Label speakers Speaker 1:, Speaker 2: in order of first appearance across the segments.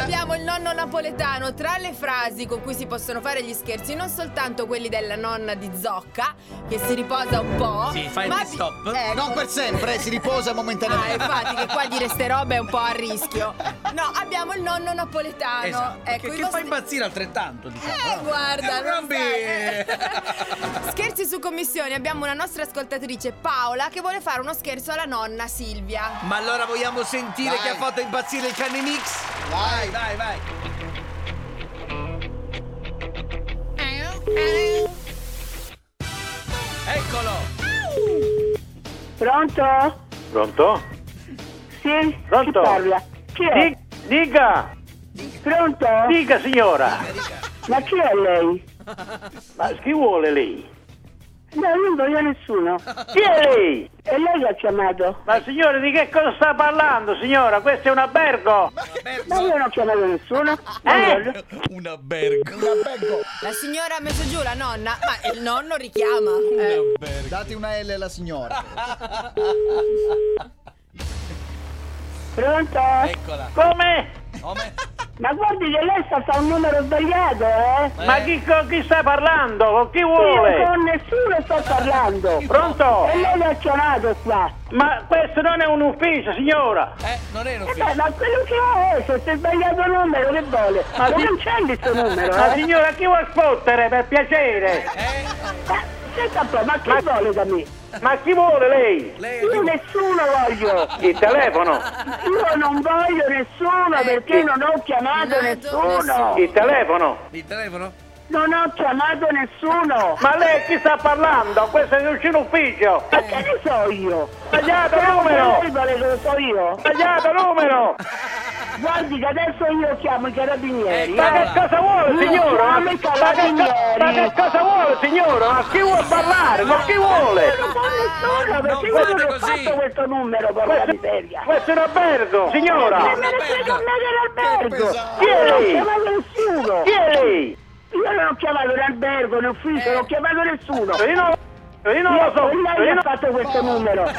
Speaker 1: il nonno napoletano tra le frasi con cui si possono fare gli scherzi, non soltanto quelli della nonna di Zocca, che si riposa un po'.
Speaker 2: Sì, fai il
Speaker 1: ma
Speaker 2: pit stop.
Speaker 1: Ecco.
Speaker 3: Non per sempre, si riposa
Speaker 1: Ah,
Speaker 3: momentaneamente.
Speaker 1: infatti, che qua dire ste robe è un po' a rischio. No, abbiamo il nonno napoletano.
Speaker 2: Esatto,
Speaker 1: Ecco,
Speaker 2: che,
Speaker 1: i
Speaker 2: che fa
Speaker 1: vostri-
Speaker 2: impazzire altrettanto, diciamo.
Speaker 1: Eh,
Speaker 2: no?
Speaker 1: guarda,
Speaker 2: Eh,
Speaker 1: non eh.
Speaker 2: vabbè.
Speaker 1: sai. Scherzi su commissione, abbiamo una nostra ascoltatrice Paola che vuole fare uno scherzo alla nonna Silvia.
Speaker 2: Ma allora vogliamo sentire
Speaker 3: Vai.
Speaker 2: che ha fatto impazzire il cane mix?
Speaker 3: Vai.
Speaker 2: Vai, vai. Eccolo!
Speaker 4: Pronto?
Speaker 5: Pronto?
Speaker 4: Sì?
Speaker 5: Pronto?
Speaker 4: Chi parla? Chi è?
Speaker 5: Di- dica!
Speaker 4: Pronto?
Speaker 5: Dica signora!
Speaker 4: Ma chi è lei?
Speaker 5: Ma chi vuole lei?
Speaker 4: No, io non voglio nessuno.
Speaker 5: Chi è lei?
Speaker 4: E lei l'ha chiamato?
Speaker 5: Ma signora di che cosa sta parlando signora? Questo è un albergo!
Speaker 4: Ma io non ho chiamato nessuno.
Speaker 5: Eh?
Speaker 2: Un albergo.
Speaker 1: La signora ha messo giù la nonna, ma il nonno richiama. Eh.
Speaker 3: Date una L alla signora.
Speaker 4: Pronto?
Speaker 5: Ecco.
Speaker 2: Eccola. Oh,
Speaker 5: Come?
Speaker 2: Come?
Speaker 4: Ma guardi che lei sta a un numero sbagliato, eh?
Speaker 5: Ma chi, con chi sta parlando? Con chi
Speaker 4: Io
Speaker 5: vuole?
Speaker 4: con nessuno sto parlando.
Speaker 5: Pronto?
Speaker 4: E lei l'ha chiamato qua.
Speaker 5: Ma questo non è un ufficio signora!
Speaker 2: Eh, non è un
Speaker 4: E
Speaker 2: ufficio.
Speaker 4: beh, ma quello che ho è, se si è sbagliato il numero, che vuole? Ma
Speaker 5: sì.
Speaker 4: non c'è il suo numero,
Speaker 5: Ma
Speaker 4: eh?
Speaker 5: signora chi vuol spottere per piacere?
Speaker 2: Eh,
Speaker 4: Ma, senta un po', ma che vuole da me?
Speaker 5: Ma chi vuole lei?
Speaker 2: lei è
Speaker 4: Io
Speaker 2: giù.
Speaker 4: nessuno voglio.
Speaker 5: Il telefono!
Speaker 4: Io non voglio
Speaker 5: Eh,
Speaker 4: nessuno perché non ho chiamato
Speaker 1: Nato nessuno.
Speaker 4: nessuno.
Speaker 5: Il telefono!
Speaker 2: Il telefono?
Speaker 4: Non ho chiamato nessuno.
Speaker 5: Ma lei chi sta parlando? Questo è un ufficio!
Speaker 4: Ma che ne so io?
Speaker 5: Sbagliato
Speaker 4: Ma
Speaker 5: numero!
Speaker 4: lei vuole che lo so io?
Speaker 5: Sbagliato numero!
Speaker 4: Guardi che adesso io chiamo i carabinieri.
Speaker 5: Ma che
Speaker 4: eh.
Speaker 5: cosa vuole, signora? Ma
Speaker 4: Chiamo i
Speaker 5: che, co- ma che
Speaker 4: carabinieri.
Speaker 5: cosa vuole, signora? Ma chi vuole parlare? Ma chi vuole?
Speaker 4: Non ho nessuno perché
Speaker 2: Non
Speaker 4: io non
Speaker 2: fate
Speaker 4: ho
Speaker 2: così.
Speaker 4: fatto questo numero, porca miseria.
Speaker 5: Questo è un albergo,
Speaker 4: Non
Speaker 5: signora!
Speaker 4: me ne frega un mega l'albergo.
Speaker 3: pesante.
Speaker 4: Io non ho chiamato nessuno.
Speaker 5: Chi è lei? Eh.
Speaker 4: Io non ho chiamato l'albergo, l'ufficio, non ho chiamato nessuno.
Speaker 5: Io non, io non lo so!
Speaker 4: Lei
Speaker 5: Io
Speaker 4: ha
Speaker 5: non...
Speaker 4: fatto questo numero.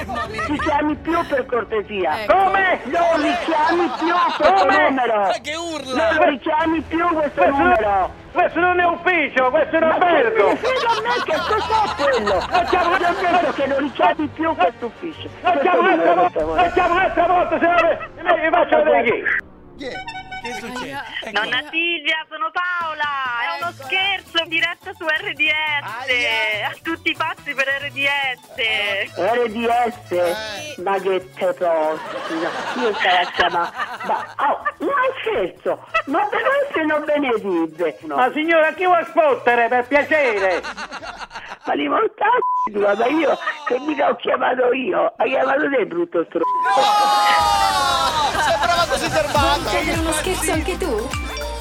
Speaker 4: Ti chiami più per cortesia.
Speaker 1: Ecco.
Speaker 5: Come?
Speaker 4: Non li chiami più questo
Speaker 5: Come?
Speaker 4: numero.
Speaker 2: che urla!
Speaker 4: Non li chiami più questo
Speaker 5: Questo,
Speaker 4: numero.
Speaker 5: questo non è ufficio, questo è un
Speaker 4: Ma che me ne
Speaker 5: albergo!
Speaker 4: frega a me che cos'è quello? Ma ti ho detto che non li chiami più questo ufficio.
Speaker 5: Facciamo
Speaker 4: Questo
Speaker 5: un'altra
Speaker 4: numero, per
Speaker 5: volta,
Speaker 4: favore.
Speaker 5: facciamo un'altra volta, se no vi- vi faccio vedere chi!
Speaker 3: Chi è?
Speaker 2: Che succede?
Speaker 6: Nonna Silvia, sono Paola, è uno
Speaker 1: Eccola.
Speaker 6: scherzo in diretta su RDS,
Speaker 2: Aia.
Speaker 6: a tutti i pazzi per RDS.
Speaker 4: RDS? Ma che te posso? Io stavo a chiamare. Ma, oh, ma scherzo, ma perché non benedite? No.
Speaker 5: Ma signora, chi vuole spottere, per piacere?
Speaker 4: Ma li montaggi, ma io che mica ho chiamato io, hai chiamato te brutto stro.
Speaker 3: Sembrava così serbato.
Speaker 7: Chiedere uno scherzo anche tu?